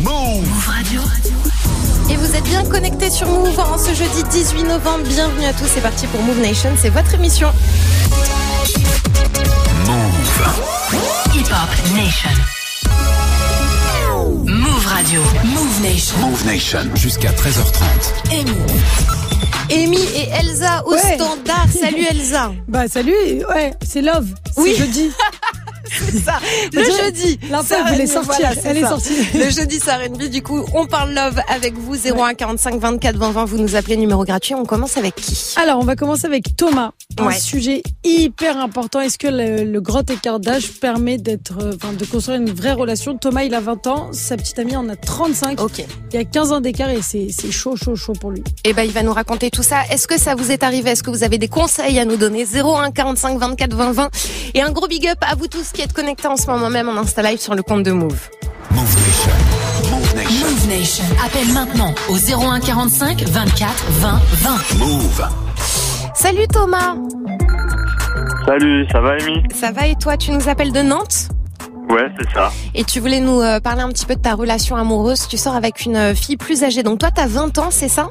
Move Radio. Et vous êtes bien connectés sur Move en ce jeudi 18 novembre. Bienvenue à tous, c'est parti pour Move Nation, c'est votre émission. Move. Hip Hop Nation. Move Radio. Move Nation. Move Nation. Jusqu'à 13h30. Et Amy et Elsa au Ouais. standard. Salut Elsa. Bah salut, ouais, c'est Love, c'est Oui. jeudi. Ça, le dirait- jeudi. L'info, ça elle voulait arrive, sortir, voilà, c'est elle est ça. sortie. Le jeudi, ça R&B. Du coup, on parle love avec vous. 01 45 24 20 20. Vous nous appelez numéro gratuit. On commence avec qui Alors, on va commencer avec Thomas. Un Ouais. sujet hyper important. Est-ce que le, le grand écart d'âge permet d'être, euh, enfin, de construire une vraie relation Thomas, il a 20 ans, sa petite amie en a 35. Ok. Il y a 15 ans d'écart et c'est c'est chaud, chaud, chaud pour lui. Eh ben, il va nous raconter tout ça. Est-ce que ça vous est arrivé Est-ce que vous avez des conseils à nous donner 01 45 24 20 20. Et un gros big up à vous tous qui êtes connectés en ce moment même en Insta Live sur le compte de Move. Move Nation. Move Nation. Move Nation. Appelle maintenant au 01 45 24 20 20. Move. Salut Thomas. Salut, ça va Amy Ça va et toi Tu nous appelles de Nantes Ouais, c'est ça. et tu voulais nous euh, parler un petit peu de ta relation amoureuse. Tu sors avec une euh, fille plus âgée. Donc toi, t'as 20 ans, c'est ça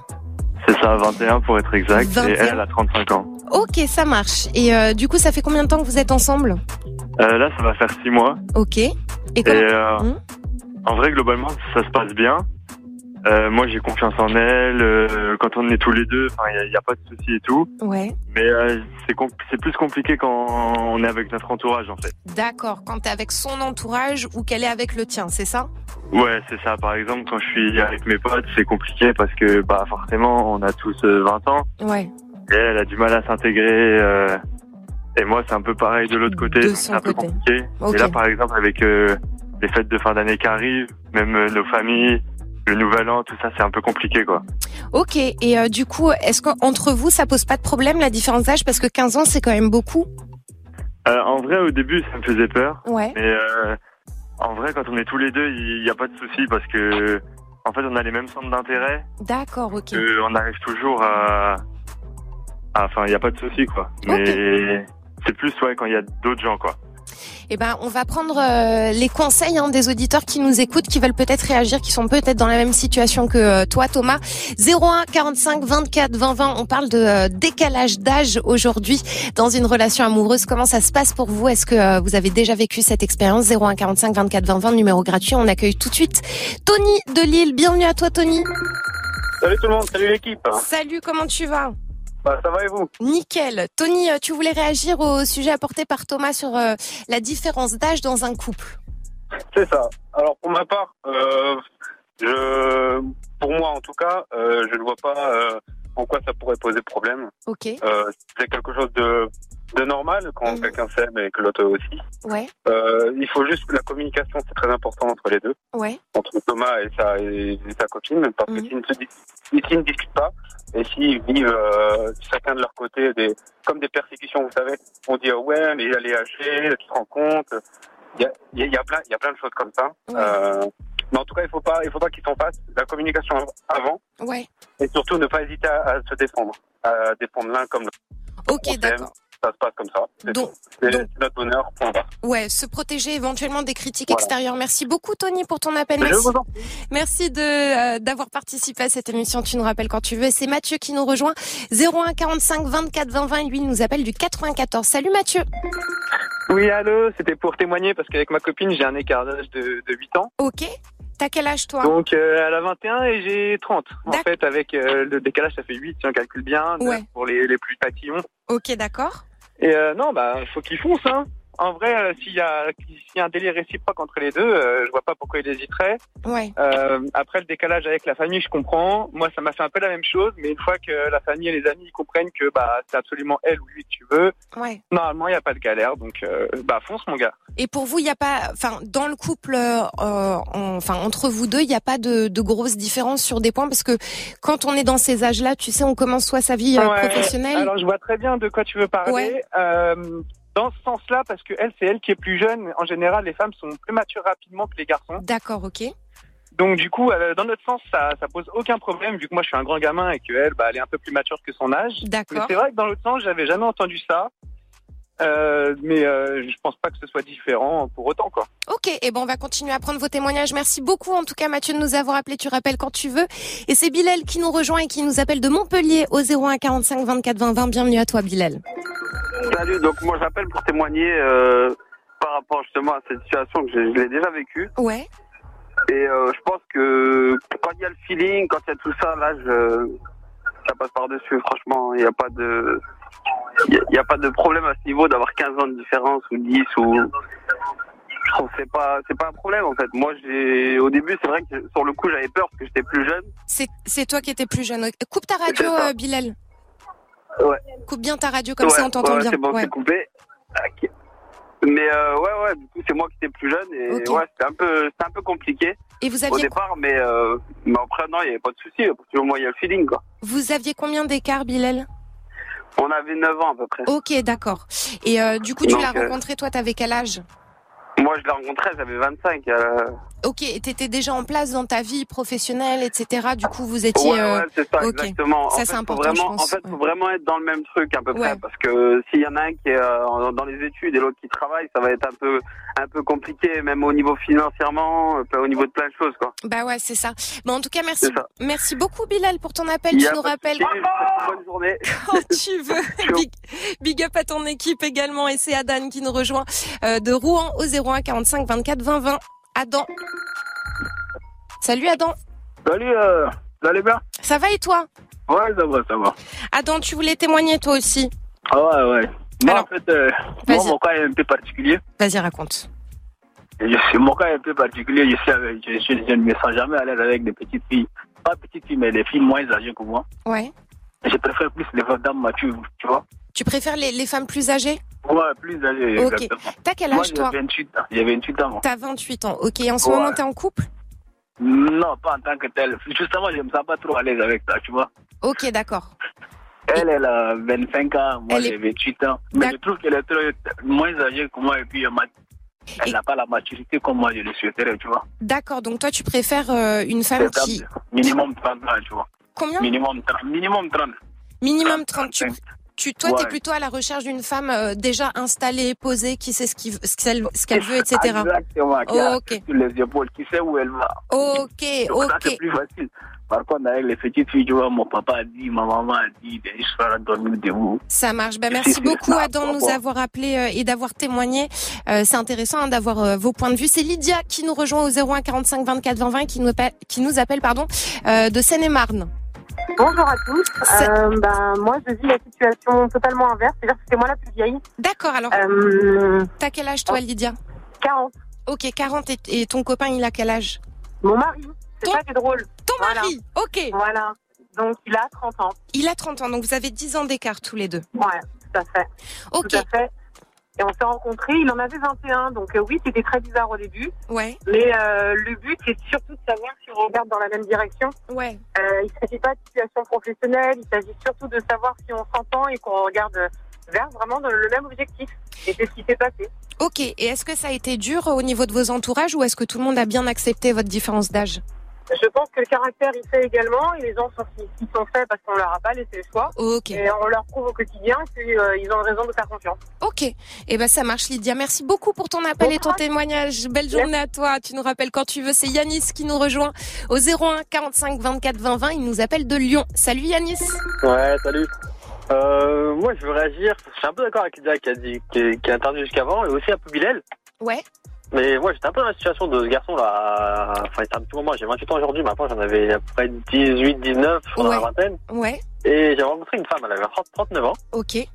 C'est ça, 21 pour être exact. 21. Et elle, elle a 35 ans. Ok, ça marche. Et euh, du coup, ça fait combien de temps que vous êtes ensemble Euh, là, ça va faire 6 mois. Ok. Et Et comment euh, Hum. en vrai, globalement, ça se passe bien. Euh, moi, j'ai confiance en elle. euh, quand on est tous les deux, il n'y a, pas de souci et tout. Ouais. Mais euh, c'est com- c'est plus compliqué quand on est avec notre entourage, en fait. D'accord. Quand t'es avec son entourage ou qu'elle est avec le tien, c'est ça Ouais, c'est ça. Par exemple, quand je suis avec mes potes, c'est compliqué parce que bah forcément, on a tous euh, 20 ans. Ouais. Et elle, elle a du mal à s'intégrer. euh, et moi, c'est un peu pareil de l'autre côté. De donc son C'est un peu côté. compliqué. Ok. Et là, par exemple, avec euh, les fêtes de fin d'année qui arrivent, même euh, nos familles, le nouvel an, tout ça, c'est un peu compliqué, quoi. Ok. Et euh, du coup, est-ce qu'entre vous, ça pose pas de problème la différence d'âge Parce que 15 ans, c'est quand même beaucoup. Euh, en vrai, au début, ça me faisait peur. Ouais. Mais euh, en vrai, quand on est tous les deux, il n'y a pas de souci parce que, en fait, on a les mêmes centres d'intérêt. D'accord. Ok. que on arrive toujours à. à- Enfin, il n'y a pas de souci, quoi. Ok. Mais c'est plus, ouais, quand il y a d'autres gens, quoi. Eh ben, on va prendre euh, les conseils hein, des auditeurs qui nous écoutent, qui veulent peut-être réagir, qui sont peut-être dans la même situation que euh, toi, Thomas. 01 45 24 20 20. On parle de euh, décalage d'âge aujourd'hui dans une relation amoureuse. Comment ça se passe pour vous Est-ce que euh, vous avez déjà vécu cette expérience 01 45 24 20 20, numéro gratuit. On accueille tout de suite Tony de Lille. Bienvenue à toi, Tony. Salut tout le monde, salut l'équipe. Salut. Comment tu vas Bah, ça va et vous Nickel. Tony, euh, tu voulais réagir au sujet apporté par Thomas sur euh, la différence d'âge dans un couple. C'est ça. Alors pour ma part, euh, je, pour moi en tout cas, euh, je ne vois pas euh, en quoi ça pourrait poser problème. Ok. Euh, c'est quelque chose de, de normal quand Mhm. quelqu'un s'aime et que l'autre aussi. Ouais. Euh, il faut juste que la communication, c'est très important entre les deux, Ouais. entre Thomas et sa, et sa copine, parce Mhm. que s'ils ne, se dis- s'ils ne discutent pas et s'ils vivent euh, chacun de leur côté des, comme des persécutions, vous savez, on dit euh, ouais, mais elle est âgée, tu te rends compte. Il y a, il y a- il y, a plein- il y a plein de choses comme ça. Ouais. Euh, mais en tout cas, il faut pas, il faut pas qu'ils s'en fassent. La communication avant Ouais. et surtout ne pas hésiter à, à se défendre, à défendre l'un comme l'autre. On Ok, s'aime, d'accord. Ça se passe comme ça. C'est Donc, tout. C'est donc- notre bonheur. point barre. ouais, se protéger éventuellement des critiques Voilà. extérieures. Merci beaucoup, Tony, pour ton appel. Je Merci, vous en merci de euh, d'avoir participé à cette émission. Tu nous rappelles quand tu veux. C'est Mathieu qui nous rejoint. 01 45 24 20 20. Lui, il nous appelle du 94. Salut, Mathieu. Oui, allô, c'était pour témoigner parce qu'avec ma copine, j'ai un écart d'âge de, de 8 ans. Ok. T'as quel âge, toi Donc, euh, elle a 21 et j'ai 30. En D'ac- fait, avec euh, le décalage, ça fait 8 si on calcule bien, neuf Ouais. pour les, les plus papillons. Ok, d'accord. Et euh, non, bah, faut qu'ils foncent, hein. En vrai, euh, s'il y, a- s'il y a un délire réciproque entre les deux, euh, je vois pas pourquoi il hésiterait. Ouais. Euh, après, le décalage avec la famille, je comprends. Moi, ça m'a fait un peu la même chose, mais une fois que la famille et les amis comprennent que bah, c'est absolument elle ou lui que tu veux, Ouais. normalement, il n'y a pas de galère. Donc, euh, bah, fonce, mon gars. Et pour vous, il n'y a pas, enfin, dans le couple, euh, en- enfin, entre vous deux, il n'y a pas de, de grosses différences sur des points parce que quand on est dans ces âges-là, tu sais, on commence soit sa vie euh, Ouais. professionnelle. Alors, je vois très bien de quoi tu veux parler. Ouais. Euh, dans ce sens-là, parce que elle, c'est elle qui est plus jeune. En général, les femmes sont plus matures rapidement que les garçons. D'accord, ok. Donc, du coup, euh, dans notre sens, ça, ça pose aucun problème, vu que moi, je suis un grand gamin et qu'elle, bah, elle est un peu plus mature que son âge. Mais D'accord. c'est vrai que dans l'autre sens, j'avais jamais entendu ça. Euh, mais euh, je pense pas que ce soit différent pour autant, quoi. Ok, Ok, et ben on va continuer à prendre vos témoignages. Merci beaucoup en tout cas Mathieu de nous avoir appelé. Tu rappelles quand tu veux. Et c'est Bilal qui nous rejoint et qui nous appelle de Montpellier au 01 45 24 20 20. Bienvenue à toi Bilal. Salut, donc moi j'appelle pour témoigner euh, par rapport justement à cette situation que je, je l'ai déjà vécue. Ouais. Et euh, je pense que quand il y a le feeling, quand il y a tout ça, là, je, ça passe par-dessus. Franchement, il n'y a pas de... Il y a- il y a, pas de problème à ce niveau d'avoir 15 ans de différence ou 10 ou... Je trouve que c'est pas, c'est pas un problème en fait. Moi, j'ai au début, c'est vrai que sur le coup, j'avais peur parce que j'étais plus jeune. C'est c'est toi qui étais plus jeune. Coupe ta radio C'est ça. euh, Bilal. Ouais. Coupe bien ta radio comme Ouais, ça on t'entend ouais, bien. C'est bon, Ouais. c'est coupé. Ok. Mais euh, ouais, ouais, du coup, c'est moi qui étais plus jeune et Ok. ouais, c'était un peu, c'était un peu compliqué Et vous au aviez départ, mais euh, mais après non, il y avait pas de souci. Parce que au moins, il y a le feeling quoi. vous aviez combien d'écart Bilal On avait 9 ans à peu près. Ok, d'accord. Et euh, du coup tu Donc, l'as euh, rencontré toi t'avais quel âge Moi, je l'ai rencontré, j'avais 25. euh, Ok, et t'étais déjà en place dans ta vie professionnelle, etc. Du coup vous Ouais, étiez euh, ouais, c'est ça, ok. exactement. Ça, en fait, c'est faut important, Vraiment, je pense, En fait, faut ouais. vraiment être dans le même truc à peu près, Ouais. parce que s'il y en a un qui est euh, dans les études et l'autre qui travaille, ça va être un peu, un peu compliqué, même au niveau financièrement, euh, au niveau de plein de choses, quoi. Bah ouais, c'est ça. Bah en tout cas, merci, C'est ça. merci beaucoup Bilal pour ton appel. Il y Tu a nous pas de rappelles souci, je vous souhaite une Bonne journée. quand tu veux. Ciao. Big, big up à ton équipe également. Et c'est Adan qui nous rejoint euh, de Rouen au 01 45 24 20 20. Adam. Salut Adam. Salut, euh, vous allez bien Ça va et toi Ouais, ça va, ça va. Adam, tu voulais témoigner toi aussi. Ah ouais, ouais. Moi, Alors, en fait, euh, moi, vas-y. mon cas est un peu particulier. Vas-y, raconte. Je suis, mon cas est un peu particulier. Je, suis avec- je, je- je ne me sens jamais à l'aise avec des petites filles. Pas petites filles, mais des filles moins âgées que moi. Ouais. Je préfère plus les dames matures, tu vois. Tu préfères les, les femmes plus âgées Ouais, plus âgées, Ok. exactement. T'as quel Moi, âge j'ai toi 28 ans. J'ai 28 ans. moi. T'as 28 ans. Ok, en ce Ouais. moment t'es en couple Non, pas en tant que telle. Justement, je ne me sens pas trop à l'aise avec ça, tu vois. Ok, d'accord. Elle, elle a 25 ans, moi Elle j'ai 28 ans. Mais D'ac- je trouve qu'elle est trop- moins âgée que moi et puis elle m'a- Et- elle n'a pas la maturité comme moi je le souhaiterais, tu vois. D'accord, donc toi tu préfères euh, une femme C'est qui... simple. Minimum 30 ans, tu vois. Combien Minimum 30. Minimum 30. Minimum 30. Tu, 35. tu, toi, t'es Ouais. plutôt à la recherche d'une femme euh, déjà installée, posée, qui sait ce qu'il- ce qu'elle ce qu'elle veut, etc. Exactement. qui a Ok. sur les épaules, qui sait où elle va. Ok, Donc ok. ça, c'est plus facile. Par contre, avec les petites filles, tu vois, mon papa a dit, ma maman a dit, de juste faire dormir debout. Ça marche. Bah, Je merci sais, beaucoup, c'est Adam, de nous ça. avoir appelé euh, et d'avoir témoigné. Euh, c'est intéressant hein, d'avoir euh, vos points de vue. C'est Lydia qui nous rejoint au 01 45 24 20 20 qui nous appelle, qui nous appelle pardon, euh, de Seine-et-Marne. Bonjour à tous. C'est- Euh, bah, moi, je vis la situation totalement inverse. C'est-à-dire que c'est moi la plus vieille. D'accord, alors, Euh, t'as quel âge, toi, Lydia 40. Ok, 40 et, et ton copain, il a quel âge Mon mari. C'est Ton- ça qui est drôle. Ton Voilà. mari Ok, Voilà. Donc, il a 30 ans. il a 30 ans, donc vous avez 10 ans d'écart tous les deux. Ouais, tout à fait. Ok, Tout à fait. Et on s'est rencontrés. Il en avait 21. Donc, euh, oui, c'était très bizarre au début. ouais, Mais euh, le but, c'est surtout de savoir si on regarde dans la même direction. ouais, Euh, il ne s'agit pas de situation professionnelle. Il s'agit surtout de savoir si on s'entend et qu'on regarde vers vraiment dans le même objectif. Et c'est ce qui s'est passé. Ok, et est-ce que ça a été dur au niveau de vos entourages ou est-ce que tout le monde a bien accepté votre différence d'âge Je pense que le caractère, il fait également, et les gens sont, ils sont faits parce qu'on leur a pas laissé le choix. Ok, Et on leur prouve au quotidien qu'ils euh, ils ont raison de faire confiance. ok. Et ben ça marche Lydia, merci beaucoup pour ton appel et ton témoignage. Belle journée à toi, tu nous rappelles quand tu veux, c'est Yanis qui nous rejoint au 01 45 24 20 20, il nous appelle de Lyon. Salut Yanis Ouais, salut. Euh, moi, je veux réagir. Je suis un peu d'accord avec Lydia qui a dit, qui, est- qui a intervenu jusqu'avant et aussi un peu Bilal. Ouais, Mais moi, j'étais un peu dans la situation de ce garçon-là. Enfin, c'était un petit moment. J'ai 28 ans aujourd'hui. Maintenant, j'en avais à peu près 18, 19, je crois, dans la Ouais. vingtaine. ouais, Et j'ai rencontré une femme. Elle avait 30, 39 ans. ok,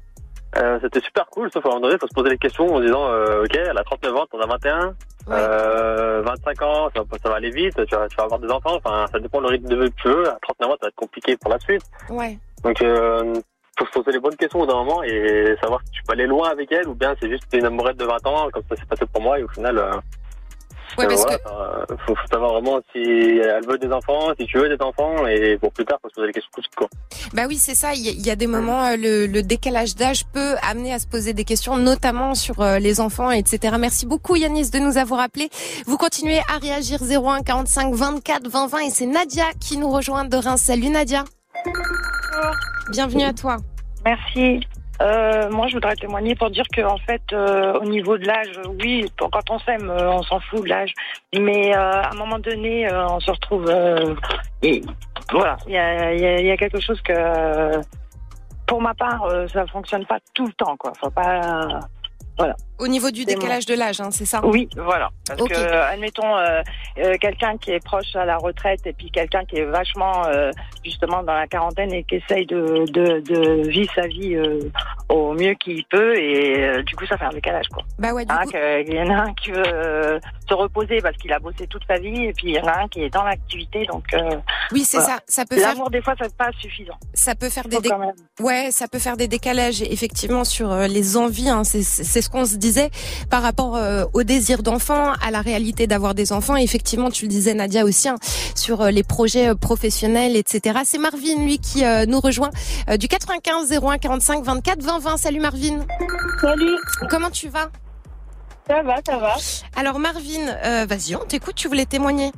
Euh, c'était super cool. Sauf à un moment donné, faut se poser des questions en se disant, euh, ok, elle a 39 ans, t'en as 21. Ouais. Euh, 25 ans, ça, va- ça va aller vite. Tu vas, tu vas avoir des enfants. Enfin, ça dépend le rythme de vie que tu veux. À 39 ans, ça va être compliqué pour la suite. ouais, Donc, euh, faut se poser les bonnes questions au bout d'un moment et savoir si tu peux aller loin avec elle ou bien c'est juste une amourette de 20 ans, comme ça s'est passé pour moi et au final, euh, ouais euh, parce que voilà, enfin, euh, faut, faut savoir vraiment si elle veut des enfants, si tu veux des enfants et pour plus tard, faut se poser les questions tout de suite, quoi. Bah oui, c'est ça. Il y, a- il y a des moments, euh, le, le décalage d'âge peut amener à se poser des questions, notamment sur euh, les enfants, etc. Merci beaucoup, Yanis, de nous avoir appelés. Vous continuez à réagir 01 45 24 20 20 et c'est Nadia qui nous rejoint de Reims. Salut Nadia. Bienvenue à toi. Merci. Euh, moi, je voudrais témoigner pour dire que, en fait, euh, au niveau de l'âge, euh, oui, pour- quand on s'aime, euh, on s'en fout de l'âge. Mais euh, à un moment donné, euh, on se retrouve. euh, et voilà, il y a, il y a- il y a quelque chose que, euh, pour ma part, euh, ça fonctionne pas tout le temps, quoi. Faut pas. Voilà. Au niveau du C'est mon- décalage de l'âge, hein, c'est ça oui, voilà. Parce Ok. que, admettons, euh, euh, quelqu'un qui est proche à la retraite et puis quelqu'un qui est vachement euh, justement dans la quarantaine et qui essaye de, de, de vivre sa vie euh, au mieux qu'il peut et euh, du coup ça fait un décalage quoi. Bah ouais, du Hein, coup- que- Il y en a un qui veut euh, se reposer parce qu'il a bossé toute sa vie et puis il y en a un qui est dans l'activité donc. euh, Oui, c'est voilà. ça. Ça peut faire. L'amour des fois, c'est pas suffisant. Ça peut faire des dé- ouais, ça peut faire des décalages effectivement sur euh, les envies. hein. C'est- C'est c'est ce qu'on se disait par rapport euh, au désir d'enfant, à la réalité d'avoir des enfants. Et effectivement, tu le disais Nadia aussi hein, sur euh, les projets euh, professionnels, etc. C'est Marvin lui qui euh, nous rejoint euh, du 95 01 45 24 20 20. Salut Marvin. Salut. Comment tu vas Ça va, ça va. Alors Marvin, euh, vas-y, on t'écoute. Tu voulais témoigner.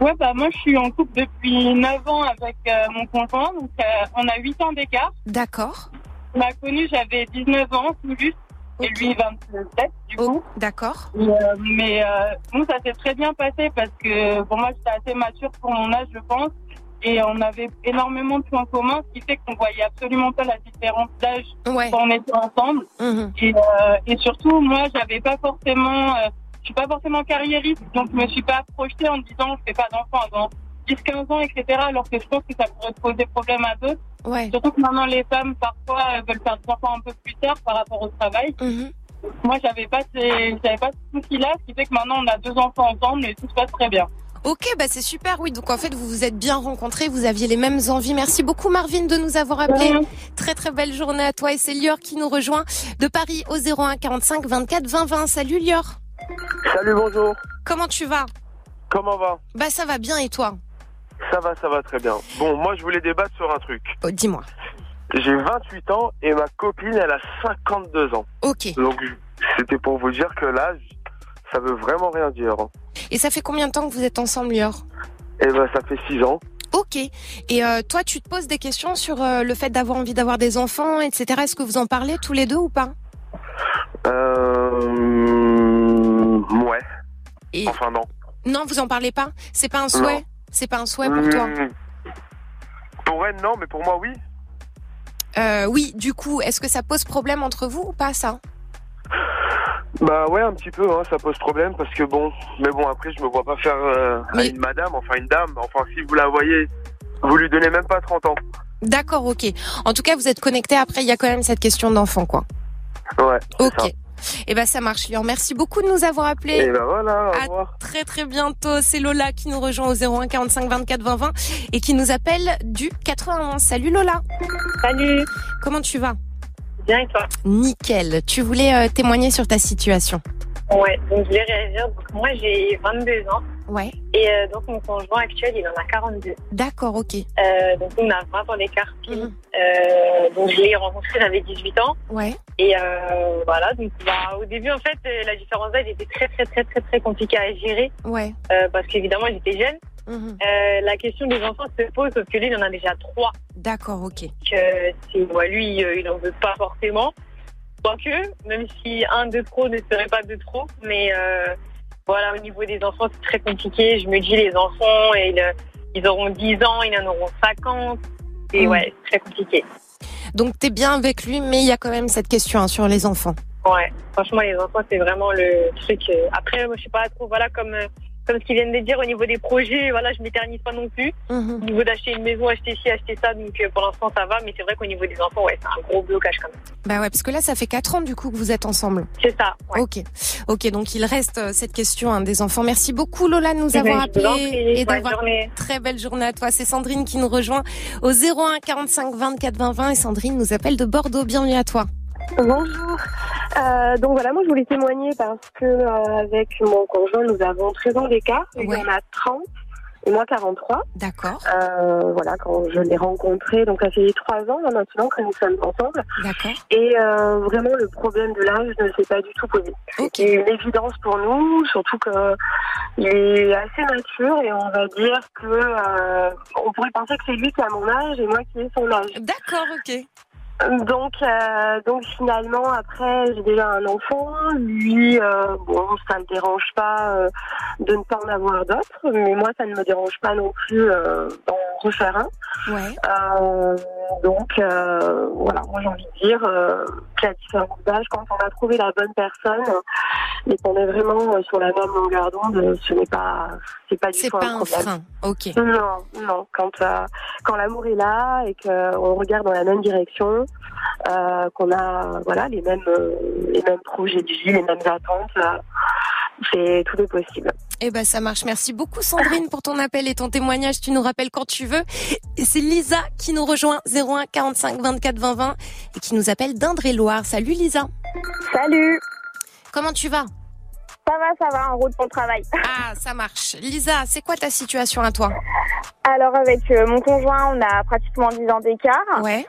Ouais, bah moi je suis en couple depuis 9 ans avec euh, mon conjoint, donc euh, on a 8 ans d'écart. D'accord. On m'a connu, j'avais 19 ans tout juste, et lui 27 du coup. Oh, D'accord. Et, euh, mais euh, bon, ça s'est très bien passé parce que pour moi j'étais assez mature pour mon âge, je pense, et on avait énormément de points communs, ce qui fait qu'on voyait absolument pas la différence d'âge quand on était ensemble. Et, euh, et surtout, moi, j'avais pas forcément, euh, je suis pas forcément carriériste, donc je me suis pas projetée en me disant je fais pas d'enfants avant 10-15 ans, etc. Alors que je pense que ça pourrait poser problème à d'autres. Surtout que maintenant les femmes parfois euh, veulent faire des enfants un peu plus tard par rapport au travail. Moi, j'avais pas, ces- j'avais pas ce souci-là, ce qui fait que maintenant on a deux enfants ensemble et tout se passe très bien. Ok, bah c'est super, oui. Donc en fait, vous vous êtes bien rencontrés, vous aviez les mêmes envies. Merci beaucoup, Marvin, de nous avoir appelés. Très très belle journée à toi. Et c'est Lior qui nous rejoint de Paris au 01 45 24 20 20. Salut Lior. Salut, bonjour. Comment tu vas Comment va Bah ça va bien et toi Ça va, ça va très bien. Bon, moi, je voulais débattre sur un truc. Oh, Dis-moi. J'ai 28 ans et ma copine, elle a 52 ans. Ok. Donc, c'était pour vous dire que l'âge, ça veut vraiment rien dire. Et ça fait combien de temps que vous êtes ensemble, Lior Et ben, ça fait 6 ans. Ok. Et euh, toi, tu te poses des questions sur euh, le fait d'avoir envie d'avoir des enfants, etc. Est-ce que vous en parlez tous les deux ou pas Euh. Ouais. Enfin, non. Non, vous en parlez pas. C'est pas un Non. souhait. C'est pas un souhait pour toi. Mm. Hmm. Pour elle, non, mais pour moi, oui. Euh, oui, du coup, est-ce que ça pose problème entre vous ou pas ça Bah ouais, un petit peu, hein, ça pose problème parce que bon, mais bon après je me vois pas faire euh, à une madame, enfin une dame, enfin si vous la voyez, vous lui donnez même pas 30 ans. D'accord, ok. En tout cas, vous êtes connectés. Après, il y a quand même cette question d'enfant, quoi. Ouais. Ok. Eh ben, ça marche, Lior. Merci beaucoup de nous avoir appelés. Et ben voilà, au À revoir. très très bientôt. C'est Lola qui nous rejoint au 01 45 24 20 20 et qui nous appelle du 91. Salut Lola. Salut. Comment tu vas Bien et toi Nickel. Tu voulais euh, témoigner sur ta situation. Ouais, donc je vais réagir. Donc moi j'ai 22 ans. Ouais. Et euh, donc mon conjoint actuel, il en a 42. D'accord, ok. Mm. Euh, donc on a 20 ans d'écart. Euh, donc je l'ai rencontré, j'avais 18 ans. Ouais. Et euh, voilà, donc bah, au début en fait, euh, la différence d'âge était très très très très très compliquée à gérer Ouais. Mm-hmm. euh, parce qu'évidemment il était jeune. Euh, la question des enfants se pose sauf que lui il en a déjà trois. D'accord, ok. Donc, euh, c'est- ouais, lui euh, il en veut pas forcément. Quoique, même si un de trop ne serait pas de trop, mais euh, voilà, au niveau des enfants, c'est très compliqué. Je me dis, les enfants, ils, euh, ils auront 10 ans, ils en auront 50. Et Mm. ouais, c'est très compliqué. Donc t'es bien avec lui, mais il y a quand même cette question hein, sur les enfants. Ouais, franchement, les enfants, c'est vraiment le truc. euh, Après, moi, je suis pas trop, voilà, comme, euh, comme ce qu'ils viennent de dire au niveau des projets, voilà, je m'éternise pas non plus. Au niveau d'acheter une maison, acheter ci, acheter ça, donc euh, pour l'instant, ça va, mais c'est vrai qu'au niveau des enfants, ouais, c'est un gros blocage quand même. Bah ouais, parce que là, ça fait 4 ans du coup que vous êtes ensemble. C'est ça. Ok. Ok, donc il reste euh, cette question hein, des enfants. Merci beaucoup Lola de nous Eh ben, avoir je vous en appelés prie. et Bonne d'avoir journée. très belle journée à toi. C'est Sandrine qui nous rejoint au 01 45 24 20 20 et Sandrine nous appelle de Bordeaux. Bienvenue à toi. Bonjour. Euh, donc voilà, moi je voulais témoigner parce que euh, avec mon conjoint, nous avons 13 ans d'écart. Il en a 30 et moi 43. D'accord. Euh, voilà, quand je l'ai rencontré, donc ça fait 3 ans là, maintenant que nous sommes ensemble. D'accord. Et euh, vraiment, le problème de l'âge ne s'est pas du tout posé. C'était une évidence pour nous, surtout que il est assez mature et on va dire que euh, on pourrait penser que c'est lui qui a mon âge et moi qui ai son âge. D'accord, ok. Donc, euh, donc finalement, après, j'ai déjà un enfant. Lui, euh, bon, ça ne dérange pas euh, de ne pas en avoir d'autres, mais moi, ça ne me dérange pas non plus euh, d'en refaire un. Ouais. Euh, donc, euh, voilà, moi, j'ai envie de dire euh, que la différence d'âge, quand on a trouvé la bonne personne et qu'on est vraiment euh, sur la même longueur d'onde, ce n'est pas, c'est pas du C'est tout pas un un problème. frein. Ok. Non, non. Quand, euh, quand l'amour est là et qu'on regarde dans la même direction, euh, qu'on a voilà, les, mêmes, euh, les mêmes projets de vie, les mêmes attentes, euh, c'est tout est possible. Eh ben ça marche. Merci beaucoup Sandrine pour ton appel et ton témoignage. Tu nous rappelles quand tu veux. Et c'est Lisa qui nous rejoint 01 45 24 20 20 et qui nous appelle d'Indre-et-Loire. Salut Lisa. Salut. Comment tu vas Ça va, ça va, en route pour le travail. Ah, ça marche. Lisa, c'est quoi ta situation à toi Alors avec euh, mon conjoint, on a pratiquement 10 ans d'écart. Ouais.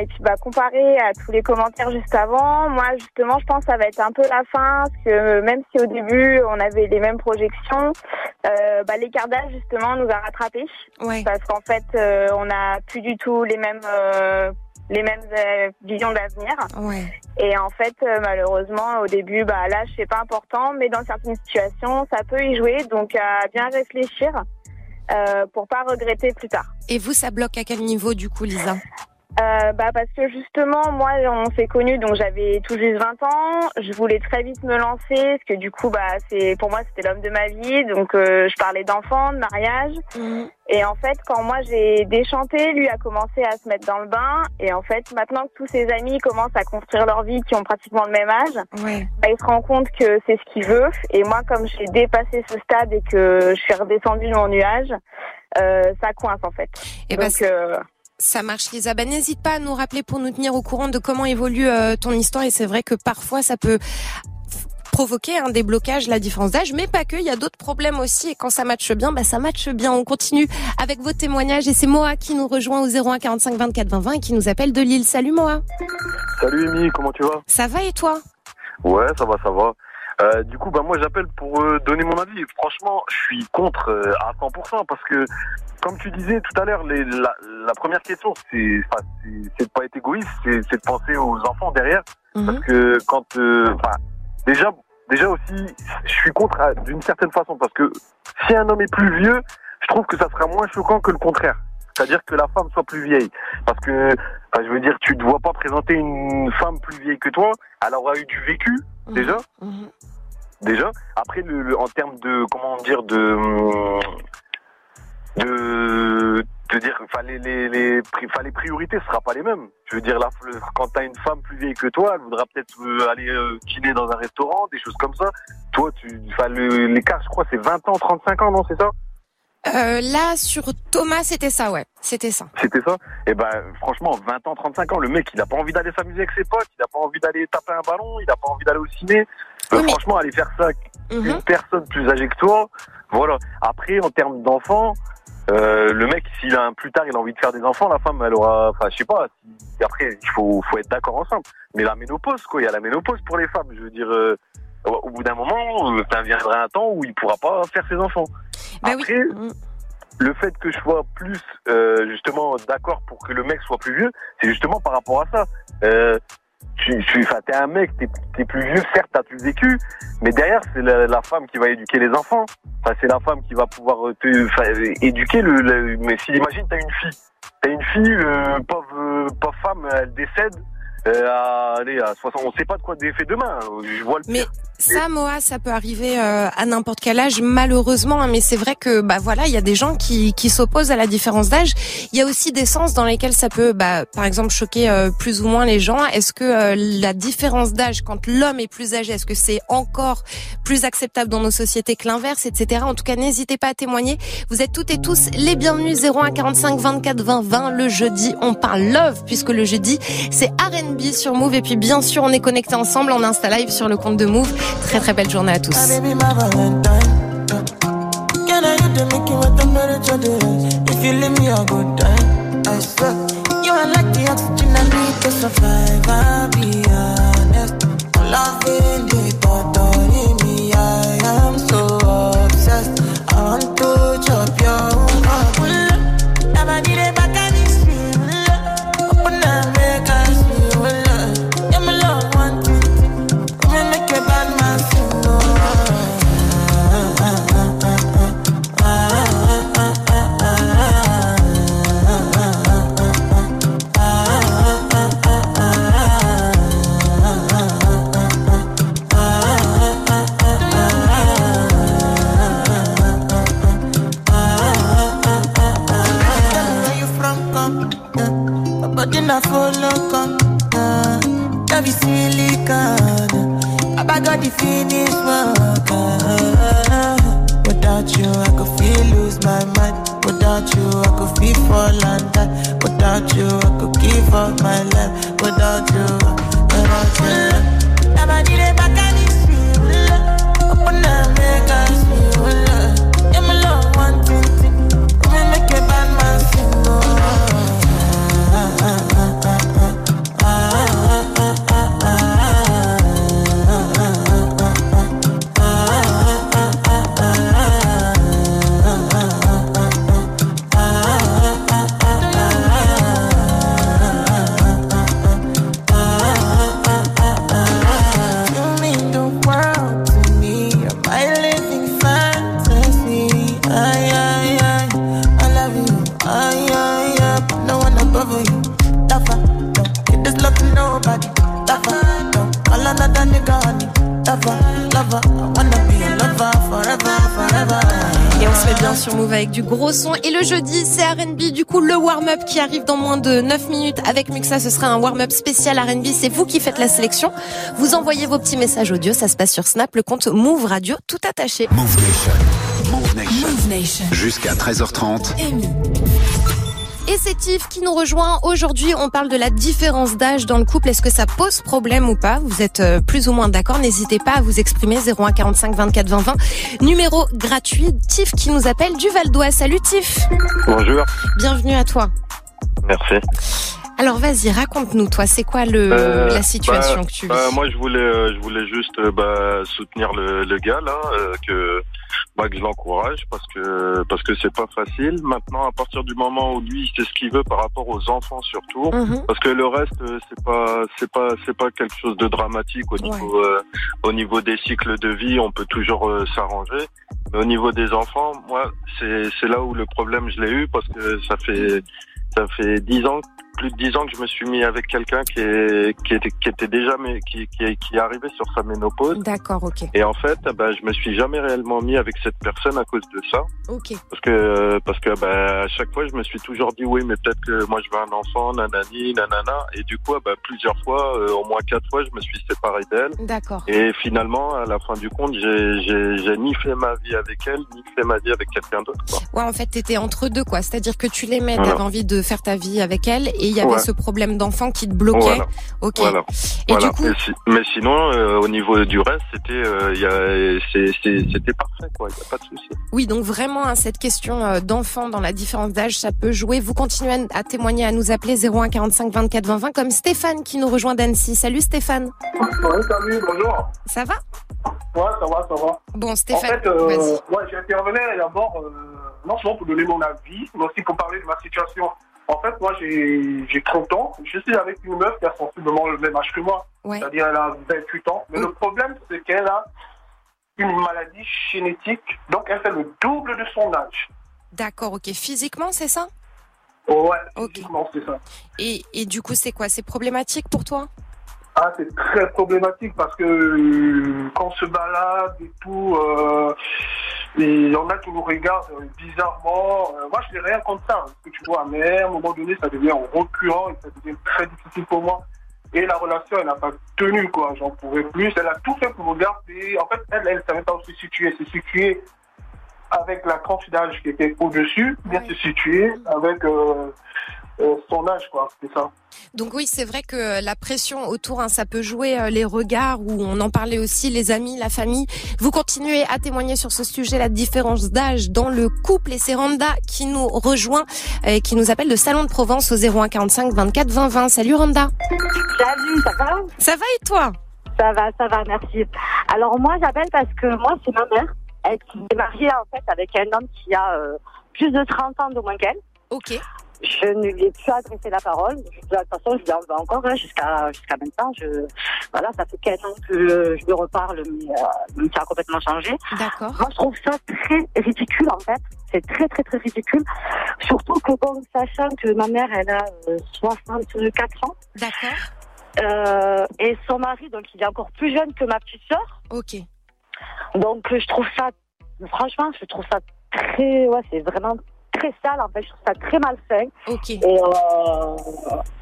et puis bah comparé à tous les commentaires juste avant, moi justement je pense que ça va être un peu la fin, parce que euh, même si au début on avait les mêmes projections, euh, bah, l'écart d'âge justement nous a rattrapés, parce qu'en fait euh, on n'a plus du tout les mêmes euh, les mêmes euh, visions d'avenir. Ouais. Et en fait, euh, malheureusement, au début, bah, l'âge, c'est pas important, mais dans certaines situations, ça peut y jouer. Donc, à bien réfléchir euh, pour pas regretter plus tard. Et vous, ça bloque à quel niveau du coup Lisa Euh, bah parce que justement, moi, on s'est connus, donc j'avais tout juste 20 ans. Je voulais très vite me lancer, parce que du coup, bah, c'est pour moi, c'était l'homme de ma vie. Donc, euh, je parlais d'enfants, de mariage. Et en fait, quand moi j'ai déchanté, lui a commencé à se mettre dans le bain. Et en fait, maintenant que tous ses amis commencent à construire leur vie, qui ont pratiquement le même âge, Ouais. bah, il se rend compte que c'est ce qu'il veut. Et moi, comme j'ai dépassé ce stade et que je suis redescendue de mon nuage, euh, ça coince en fait. Eh ben, Donc, euh, Ça marche, Lisa. Ben, n'hésite pas à nous rappeler pour nous tenir au courant de comment évolue euh, ton histoire. Et c'est vrai que parfois, ça peut f- provoquer un déblocage, la différence d'âge, mais pas que. Il y a d'autres problèmes aussi. Et quand ça matche bien, bah, ça matche bien. On continue avec vos témoignages. Et c'est Moa qui nous rejoint au 01 45 24 20 20 et qui nous appelle de Lille. Salut, Moa. Salut Amy, comment tu vas Ça va et toi? Ouais, ça va, ça va. Euh, du coup, bah, moi j'appelle pour euh, donner mon avis. Franchement, je suis contre euh, à 100% parce que, comme tu disais tout à l'heure, les- la, la première question, c'est enfin, c'est- c'est de pas être égoïste, c'est c'est de penser aux enfants derrière. Parce que quand... euh, enfin, déjà, déjà aussi, je suis contre à- d'une certaine façon parce que si un homme est plus vieux, je trouve que ça sera moins choquant que le contraire. C'est-à-dire que la femme soit plus vieille. Parce que, enfin, je veux dire, tu ne dois pas présenter une femme plus vieille que toi. Elle aura eu du vécu, déjà. Déjà. Après, le, le- en termes de, comment dire, de... hum, Euh, De, de dire, enfin, les, les, les, pri- enfin, les priorités ne seront pas les mêmes. Je veux dire, la, le- quand tu as une femme plus vieille que toi, elle voudra peut-être euh, aller euh, dîner dans un restaurant, des choses comme ça. Toi, tu, enfin, le- l'écart, je crois, c'est 20 ans, 35 ans, non, c'est ça Euh, là, sur Thomas, c'était ça, ouais. C'était ça. C'était ça Et ben franchement, 20 ans, 35 ans, le mec, il a pas envie d'aller s'amuser avec ses potes, il a pas envie d'aller taper un ballon, il a pas envie d'aller au ciné. Euh, Franchement, aller faire ça avec une personne plus âgée que toi, voilà. Après, en termes d'enfants, euh, le mec, s'il a un plus tard, il a envie de faire des enfants, la femme, elle aura, enfin, je sais pas. si- Après, il faut, faut être d'accord ensemble. Mais la ménopause, quoi, il y a la ménopause pour les femmes. Je veux dire, euh, au bout d'un moment, euh, ça viendra un temps où il pourra pas faire ses enfants. Après, le fait que je sois plus euh, justement d'accord pour que le mec soit plus vieux, c'est justement par rapport à ça. Euh, tu, tu, enfin, t'es un mec, t'es, t'es plus vieux, certes, t'as plus vécu, mais derrière, c'est la, la femme qui va éduquer les enfants. Enfin, c'est la femme qui va pouvoir euh, te, enfin, euh, éduquer le, le- Mais si, imagine, t'as une fille. T'as une fille, euh, pauvre, euh, pauvre femme, elle décède. euh, à, allez, à 60, on sait pas de quoi elle est fait demain. Je vois le Mais ça, Moa, ça peut arriver euh, à n'importe quel âge, malheureusement. hein, Mais c'est vrai que, bah voilà, il y a des gens qui, qui s'opposent à la différence d'âge. Il y a aussi des sens dans lesquels ça peut, bah, par exemple, choquer euh, plus ou moins les gens. Est-ce que euh, la différence d'âge, quand l'homme est plus âgé, est-ce que c'est encore plus acceptable dans nos sociétés que l'inverse, etc. En tout cas, n'hésitez pas à témoigner. Vous êtes toutes et tous les bienvenus 01 45 24 20 20. Le jeudi, on parle love puisque le jeudi, c'est R&B sur Move et puis bien sûr, on est connectés ensemble en Insta Live sur le compte de Move. Très très belle journée à tous. My baby, my Valentine. Can I do the making with the murder this? If you leave me, I'll go die. I swear. You are like the oxygen I need to survive. I'll be honest. I'm loving the thought of me. I am so obsessed. I want to chop your heart. Pull up. Now I need a back and it's real. Open up, make I uh, be silicone. I bag out the finish work. ah. Without you, I could feel lose my mind. Without you, I could feel fall and die. Without you, I could give up my life. Without you, without you. Never need a back and it's you. Open up, make us feel. Yeah, my love, one thing, thing. Women make a bad man sing. oh, ah, ah, ah. You mean the world to me. You're my living fantasy. Ay, ay, ay. I love you. Ay, ay, ay. But no one above you. Lover, no. You just love to nobody. Lover, no. All another nigga on it. Lover, lover. I wanna be a lover forever, forever. Et on se fait bien sur Move avec du gros son. Et le jeudi, c'est RB. Du coup, le warm-up qui arrive dans moins de 9 minutes avec Muxa. Ce sera un warm-up spécial RB. C'est vous qui faites la sélection. Vous envoyez vos petits messages audio. Ça se passe sur Snap, le compte Move Radio, tout attaché. Move Nation. Move Nation. Move Nation. Jusqu'à 13h30. Et c'est Tiff qui nous rejoint. Aujourd'hui, on parle de la différence d'âge dans le couple. Est-ce que ça pose problème ou pas Vous êtes euh, plus ou moins d'accord N'hésitez pas à vous exprimer. 01 45 24 20 20. Numéro gratuit. Tiff qui nous appelle du Val d'Oise. Salut Tiff. Bonjour, Bienvenue à toi. merci. Alors vas-y, raconte-nous toi. C'est quoi le Euh, la situation bah, que tu vis bah, Moi, je voulais, euh, je voulais juste euh, bah, soutenir le, le gars là, euh, que, bah, que je l'encourage parce que parce que c'est pas facile. Maintenant, à partir du moment où lui, il sait ce qu'il veut par rapport aux enfants surtout, Mhm. parce que le reste, euh, c'est pas c'est pas c'est pas quelque chose de dramatique au niveau euh, au niveau des cycles de vie. On peut toujours euh, s'arranger. Mais au niveau des enfants, moi, c'est c'est là où le problème je l'ai eu parce que ça fait ça fait dix ans, plus de dix ans que je me suis mis avec quelqu'un qui, est, qui, était, qui était déjà, mais qui, qui, qui est arrivé sur sa ménopause. D'accord, ok. Et en fait, ben, je me suis jamais réellement mis avec cette personne à cause de ça, Ok. parce que parce que ben, à chaque fois, je me suis toujours dit oui, mais peut-être que moi je veux un enfant, nanani, nanana. Et du coup, ben, plusieurs fois, euh, au moins quatre fois, je me suis séparé d'elle. D'accord. bah, Et finalement, à la fin du compte, j'ai j'ai- j'ai ni fait ma vie avec elle, ni fait ma vie avec quelqu'un d'autre. quoi. Ouais, en fait, t'étais entre deux, quoi. C'est-à-dire que tu l'aimais, Voilà. t'avais envie de faire ta vie avec elle, et il y avait Ouais. ce problème d'enfant qui te bloquait. Voilà. Ok. Voilà. Et Voilà. du coup, Mais si- mais sinon, euh, au niveau du reste, c'était, euh, il y a- c'est- c'est- c'était parfait, quoi. Il n'y a pas de souci. oui, donc vraiment, hein, cette question euh, d'enfant dans la différence d'âge, ça peut jouer. Vous continuez à- à témoigner, à nous appeler 01 45 24 20 20, comme Stéphane qui nous rejoint d'Annecy. Salut Stéphane. Oui, salut, bonjour. Ça va Ouais, ça va, ça va. Bon, Stéphane, En fait, euh, vas-y. ouais, j'intervenais d'abord, euh, non seulement pour donner mon avis, mais aussi pour parler de ma situation. En fait, moi, j'ai j'ai 30 ans. Je suis avec une meuf qui a sensiblement le même âge que moi. Ouais. Mm. C'est-à-dire, elle a 28 ans. Mais le problème, c'est qu'elle a une maladie génétique. Donc, elle fait le double de son âge. D'accord, ok. Physiquement, c'est ça Ouais, physiquement, c'est ça. et, et du coup, c'est quoi C'est problématique pour toi Ah, c'est très problématique parce que euh, quand on se balade et tout, euh, il y en a qui nous regardent euh, bizarrement. Euh, moi, je n'ai rien contre ça, parce que tu vois, mais à un moment donné, ça devient recurrent et ça devient très difficile pour moi. Et la relation, elle n'a pas tenu, quoi. J'en pouvais plus. Elle a tout fait pour me garder. En fait, elle, elle ne savait pas où se situer. Elle s'est située avec la tranche d'âge qui était au-dessus, bien se situer avec euh, euh, son âge, quoi. C'est ça. Donc oui, c'est vrai que la pression autour, hein, ça peut jouer euh, les regards, où on en parlait aussi, les amis, la famille. Vous continuez à témoigner sur ce sujet, la différence d'âge dans le couple. Et c'est Randa qui nous rejoint, et qui nous appelle de Salon de Provence au 01 45 24 20 20. Salut Randa. Salut, ça va Ça va et toi Ça va, Ah, ça va, merci. Alors moi j'appelle parce que moi c'est ma mère, elle qui est mariée en fait avec un homme qui a euh, plus de 30 ans de moins qu'elle. Ok. Je ne lui ai plus adressé la parole. Je- De toute façon, je lui en veux encore hein, jusqu'à jusqu'à maintenant. Je, voilà, ça fait 15 ans que euh, je lui reparle, mais, euh, mais ça a complètement changé. D'accord. Moi, je trouve ça très ridicule, en fait. C'est très, très, très ridicule. Surtout que, bon, sachant que ma mère, elle a euh, 64 ans. D'accord. Euh, et son mari, donc il est encore plus jeune que ma petite sœur. Ok. Donc euh, je trouve ça, franchement, je trouve ça très, ouais, c'est vraiment très sale, en fait, je trouve ça très malsain. Ok. Et, euh,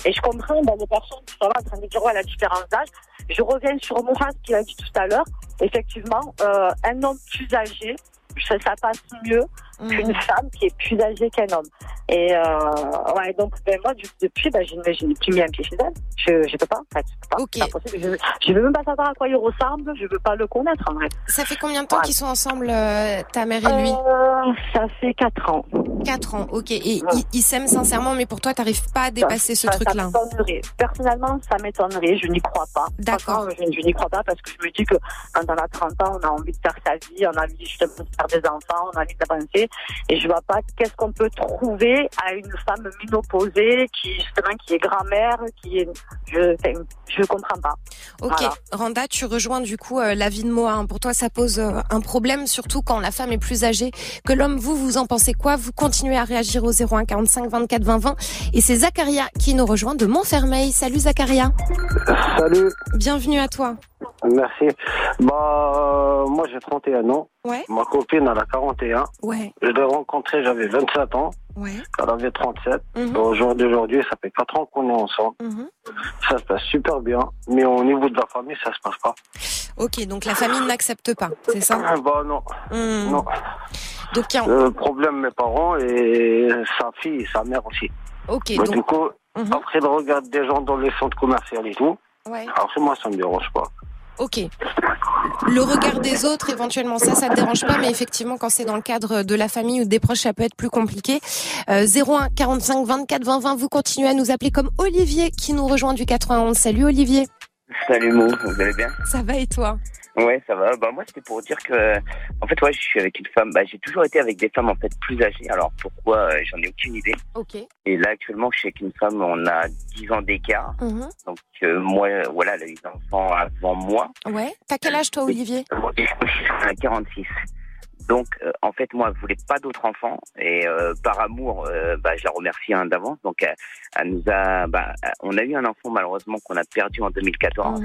et je comprends ben, les personnes qui sont là en train de dire ouais, la différence d'âge. Je reviens sur Mourad qui a dit tout à l'heure. Effectivement, euh, un homme plus âgé, ça, ça passe mieux Mhm. qu'une femme qui est plus âgée qu'un homme. Et euh, ouais, donc ben, moi, du- depuis, ben, je n'ai je n'ai plus mis un pied chez elle. Je je peux pas, en fait. Je peux pas. C'est pas possible. Je- Je ne veux même pas savoir à quoi il ressemble. Je ne veux pas le connaître, en vrai. Ça fait combien de temps Ouais. Euh, qu'ils sont ensemble, euh, ta mère et lui Ça fait 4 ans. 4 ans, ok. Et ils- ils s'aiment sincèrement, mais pour toi, t'arrives pas à dépasser ce Ça- ça truc-là. m'étonnerait. Personnellement, ça m'étonnerait. Je n'y crois pas. D'accord. Je, je n'y crois pas parce que je me dis que quand on a 30 ans, on a envie de faire sa vie, on a envie justement de faire des enfants, on a envie d'avancer. Et je vois pas qu'est-ce qu'on peut trouver à une femme ménopausée qui, justement, qui est grand-mère, qui est. Je, enfin, je comprends pas. Ok, Voilà. Randa, tu rejoins du coup euh, l'avis de Moa. hein. Pour toi, ça pose euh, un problème, surtout quand la femme est plus âgée que l'homme. Vous, vous en pensez quoi Vous continuez à réagir au 01 45 24 20 20. Et c'est Zacharia qui nous rejoint de Montfermeil. Salut Zacharia. Salut, Bienvenue à toi. merci. Bah, euh, moi j'ai 31 ans. Ouais. Ma copine, elle a 41. Ouais. Je l'ai rencontrée, j'avais 27 ans. Ouais. Elle avait 37. Mhm. Et Au jour d'aujourd'hui, ça fait 4 ans qu'on est ensemble. Ça se passe super bien. Mais au niveau de la famille, ça se passe pas. Ok, donc la famille n'accepte pas, c'est ça Bah non. Hmm. Non. Donc, il y a- Le problème, mes parents et sa fille, sa mère aussi. Ok, Bah, donc- Du coup, Mhm. après le regard des gens dans les centres commerciaux et tout, Ouais. après moi, ça me dérange pas. Ok. Le regard des autres, éventuellement, ça, ça te dérange pas, mais effectivement, quand c'est dans le cadre de la famille ou des proches, ça peut être plus compliqué. Euh, 01 45 24 20 20, vous continuez à nous appeler comme Olivier qui nous rejoint du 91. Salut Olivier. Salut Mo, vous allez bien Ça va et toi Ouais, ça va. Bah moi c'était pour dire que, en fait ouais, je suis avec une femme. Bah j'ai toujours été avec des femmes en fait plus âgées. Alors pourquoi euh, J'en ai aucune idée. Ok. Et là actuellement je suis avec une femme, on a 10 ans d'écart. Mhm. Donc euh, moi, euh, voilà, elle a eu des enfants avant moi. Ouais. T'as quel âge toi, Olivier Et je suis à 46. Donc euh, en fait moi, elle voulait pas d'autres enfants et euh, par amour, euh, bah je la remercie hein, d'avance. Donc elle, elle nous a, bah on a eu un enfant malheureusement qu'on a perdu en 2014.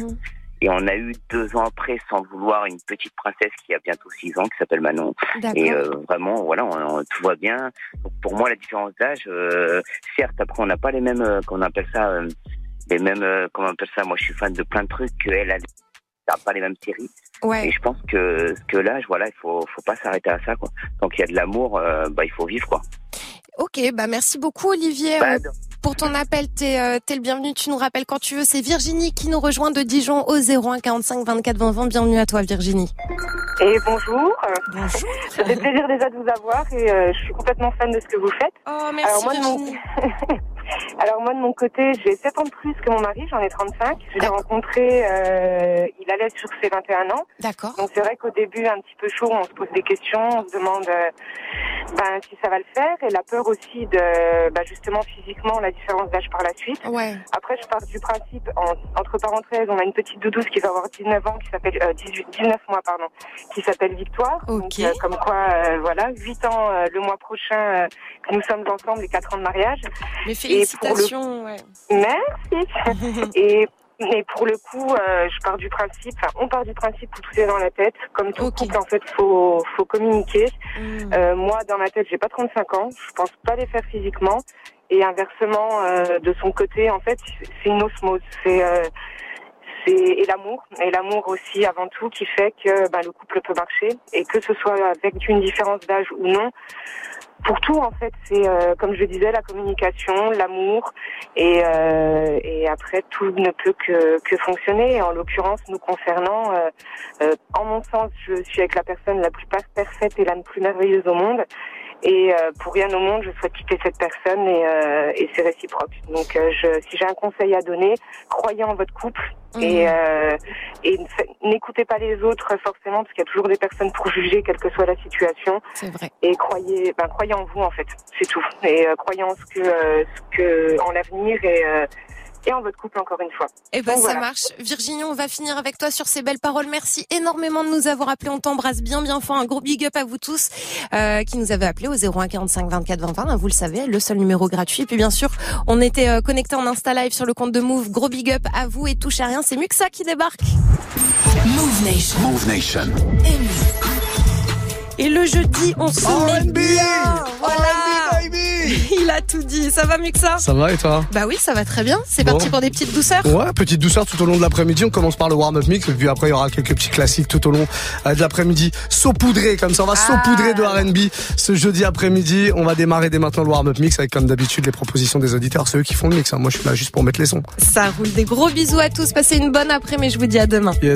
Et on a eu deux ans après, sans le vouloir, une petite princesse qui a bientôt six ans, qui s'appelle Manon. D'accord. Et euh, vraiment, voilà, on, on- tout va bien. Donc, pour moi, la différence d'âge, euh, certes, après, on n'a pas les mêmes, euh, qu'on appelle ça, euh, les mêmes, euh, comment on appelle ça, moi, je suis fan de plein de trucs, qu'elle a n'a pas les mêmes séries. Ouais. Et je pense que, que l'âge, voilà, il faut, faut pas s'arrêter à ça, quoi. Tant qu'il y a de l'amour, euh, bah, il faut vivre, quoi. Ok, bah merci beaucoup Olivier euh, pour ton appel. T'es euh, t'es le bienvenu, tu nous rappelles quand tu veux. C'est Virginie qui nous rejoint de Dijon au 01 45 24 20 20. Bienvenue à toi Virginie. Et bonjour. Bonjour. Ça fait plaisir déjà de vous avoir et euh, je suis complètement fan de ce que vous faites. Oh, merci, Alors moi, de mon... Alors moi de mon côté, j'ai 7 ans de plus que mon mari, j'en ai 35. Je l'ai rencontré, euh, il allait sur ses 21 ans. D'accord. Donc c'est vrai qu'au début, un petit peu chaud, on se pose des questions, on se demande euh, ben, si ça va le faire et la peur aussi de ben, justement physiquement la différence d'âge par la suite. Ouais. Après, je pars du principe, en- entre parenthèses, on a une petite doudouse qui va avoir 19 ans, qui s'appelle euh, 18, 19 mois, pardon, qui s'appelle Victoire. Donc, euh, comme quoi, euh, voilà, 8 ans euh, le mois prochain euh, que nous sommes ensemble et 4 ans de mariage. Mais Et pour le- félicitations. ouais. Merci. et mais pour le coup, euh, je pars du principe, enfin, on part du principe où tout est dans la tête. Comme tout couple, en fait, faut faut communiquer. Euh, moi, dans ma tête, j'ai pas 35 ans. Je pense pas les faire physiquement. Et inversement, euh, de son côté, en fait, c'est une osmose. C'est euh, c'est et l'amour, et l'amour aussi avant tout, qui fait que ben, le couple peut marcher. Et que ce soit avec une différence d'âge ou non, pour tout en fait, c'est euh, comme je disais, la communication, l'amour, et, euh, et après tout ne peut que, que fonctionner. Et en l'occurrence, nous concernant, euh, euh, en mon sens, je suis avec la personne la plus par- parfaite et la plus merveilleuse au monde. Et euh, pour rien au monde, je souhaite quitter cette personne et, euh, et c'est réciproque. Donc, euh, je, si j'ai un conseil à donner, croyez en votre couple et, Mhm. euh, et ne fa- n'écoutez pas les autres forcément, parce qu'il y a toujours des personnes pour juger, quelle que soit la situation. C'est vrai. Et croyez, ben, croyez en vous en fait, c'est tout. Et euh, croyez en ce que, euh, ce que en l'avenir et, euh, et en votre couple encore une fois. Eh ben, Donc, ça voilà. marche. Virginie, on va finir avec toi sur ces belles paroles. Merci énormément de nous avoir appelés. On t'embrasse bien, bien fort. Un gros big up à vous tous euh, qui nous avez appelés au 01 45 24 20 20. Hein, Vous le savez, le seul numéro gratuit. Et puis bien sûr, on était euh, connectés en Insta Live sur le compte de Move. Gros big up à vous et touche à rien. C'est Muxa qui débarque. Move Nation. Et le jeudi, on se Oh, met NBA. bien. Voilà. Il a tout dit. Ça va mieux que ça Ça va et toi Bah oui, ça va très bien. C'est Bon. parti pour des petites douceurs. Ouais, petite douceur tout au long de l'après-midi. On commence par le warm-up mix, et puis après, il y aura quelques petits classiques tout au long euh, de l'après-midi. Saupoudré, comme ça, on va saupoudrer de RB ce jeudi après-midi. On va démarrer dès maintenant le warm-up mix avec, comme d'habitude, les propositions des auditeurs. C'est eux qui font le mix. hein. Moi, je suis là juste pour mettre les sons. Ça roule. Des gros bisous à tous. Passez une bonne après, mais je vous dis à demain. Yes.